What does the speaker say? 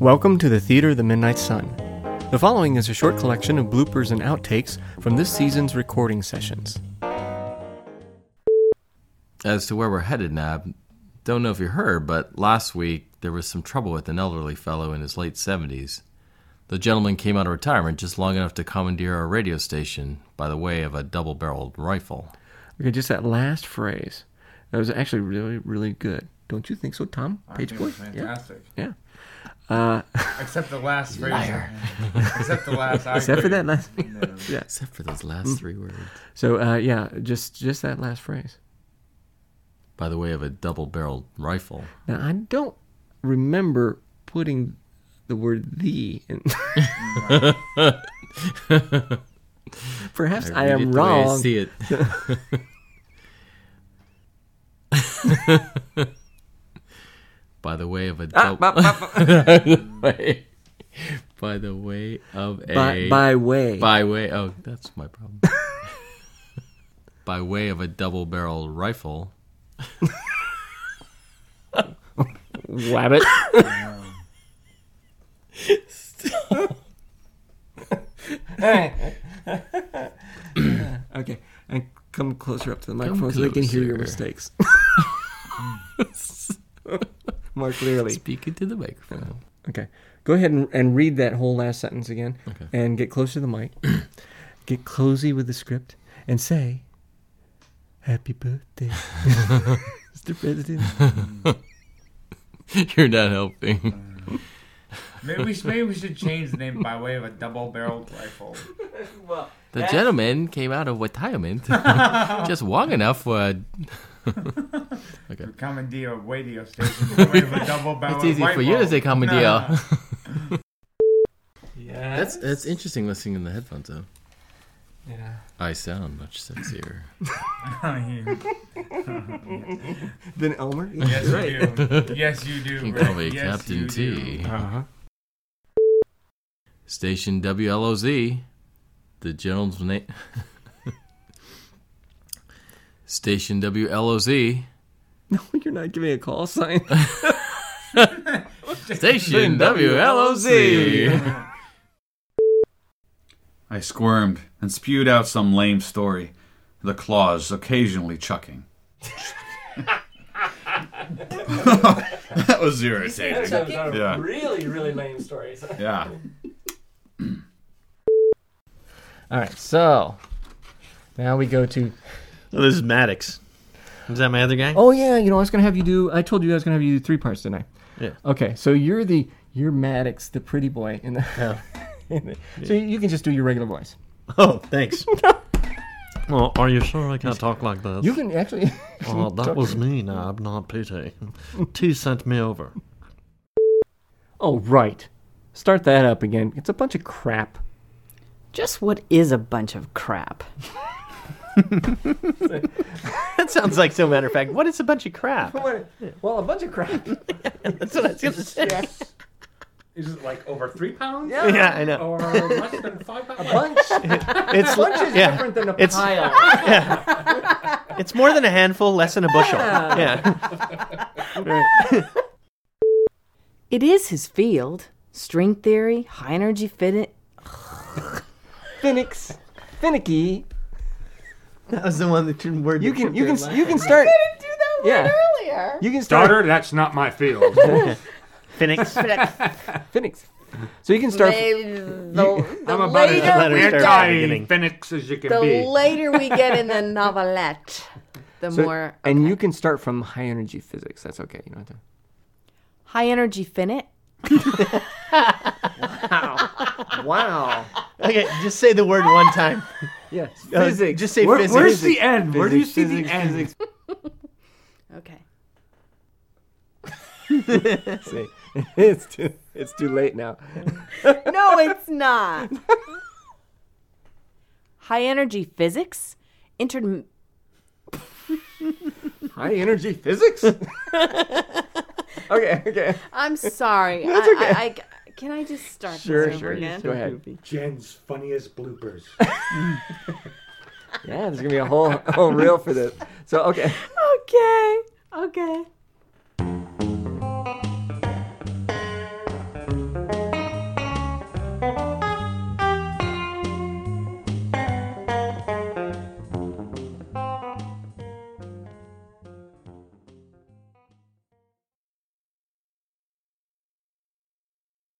Welcome to the Theater of the Midnight Sun. The following is a short collection of bloopers and outtakes from this season's recording sessions. As to where we're headed, Nab, don't know if you heard, but last week there was some trouble with an elderly fellow in his late 70s. The gentleman came out of retirement just long enough to commandeer a radio station by the way of a double barreled rifle. Okay, just that last phrase. That was actually really, really good. Don't you think so, Tom? Page boy? Yeah. fantastic. yeah. Except the last phrase. Except the last. I Except for that last. Except for those last three words. So uh, yeah, just just that last phrase. By the way of a double barreled rifle. Now I don't remember putting the word "the" in. Perhaps I, read am it the way wrong. I see it. By the way of a double. by the way of a. By, by way. By way, oh, that's my problem. By way of a double-barreled rifle, Wabbit. okay, and come closer up to the microphone so they can hear your closer. mistakes. More clearly. speaking to the microphone. Okay, go ahead and, and read that whole last sentence again, Okay. and get close to the mic. get cozy with the script and say, "Happy birthday, Mr. President." You're not helping. Maybe we, maybe we should change the name by way of a double-barreled rifle. The gentleman came out of retirement just long enough for. uh, A, We commandeer a radio station by way of a double-barreled it's easy rifle. for you to say commandeer. Nah. Yeah, That's that's interesting listening in the headphones though. yeah. I sound much sexier. Then Elmer. yes, you do. Yes, you do. You Rick. can call me yes, Captain you do. T. Uh huh. Station WLOZ. The gentleman's name. Station WLOZ. No, you're not giving a call sign. Station WLOZ. I squirmed and spewed out some lame story, the claws occasionally chucking. that was irritating. Yeah. Really, really lame stories. Yeah. All right, so now we go to. Oh, this is Maddox. Is that my other guy? Oh yeah, you know I was gonna have you do. I told you I was gonna have you do three parts tonight. Yeah. Okay, so you're the you're Maddox, the pretty boy in the. in the- so you can just do your regular voice. Oh, thanks. well, are you sure I can talk like this? You can actually. oh, that was me, Nab, not Pete. T sent me over. oh right, start that up again. It's a bunch of crap. Just what is a bunch of crap? That sounds like so matter of fact. What is a bunch of crap? Well, a bunch of crap. That's what I was going to say. Is it like over three pounds? Yeah, I know. Or less than five pounds? Bunch It's is yeah. different than a It's- pile. It's more than a handful, less than a bushel. Yeah. It is his field. String theory, high energy fit. Phoenix, finicky. That was the one that turned word. You can you can you can start. Do that Yeah. earlier. You can start. Daughter, that's not my field. Phoenix. Phoenix. So you can start. the, I'm about later Let her we as start at the beginning. anti-Phoenix as you can be. later we get in the novelette, the So- And you can start from high energy physics. That's okay. You know what i high energy finite. Wow. Okay, just say the word one time. Yes. Uh, physics. Just say Where- physics. where's the end? Where do you see physics, the end? physics. Okay. Say, it's too. It's too late now. No, it's not. high energy physics, inter High energy physics. okay. Okay. I'm sorry. I, I, I- can I just start Sure. this over Sure. again? Go ahead. Jen's funniest bloopers. Yeah. There's gonna be a whole whole reel for this. So okay. Okay. Okay.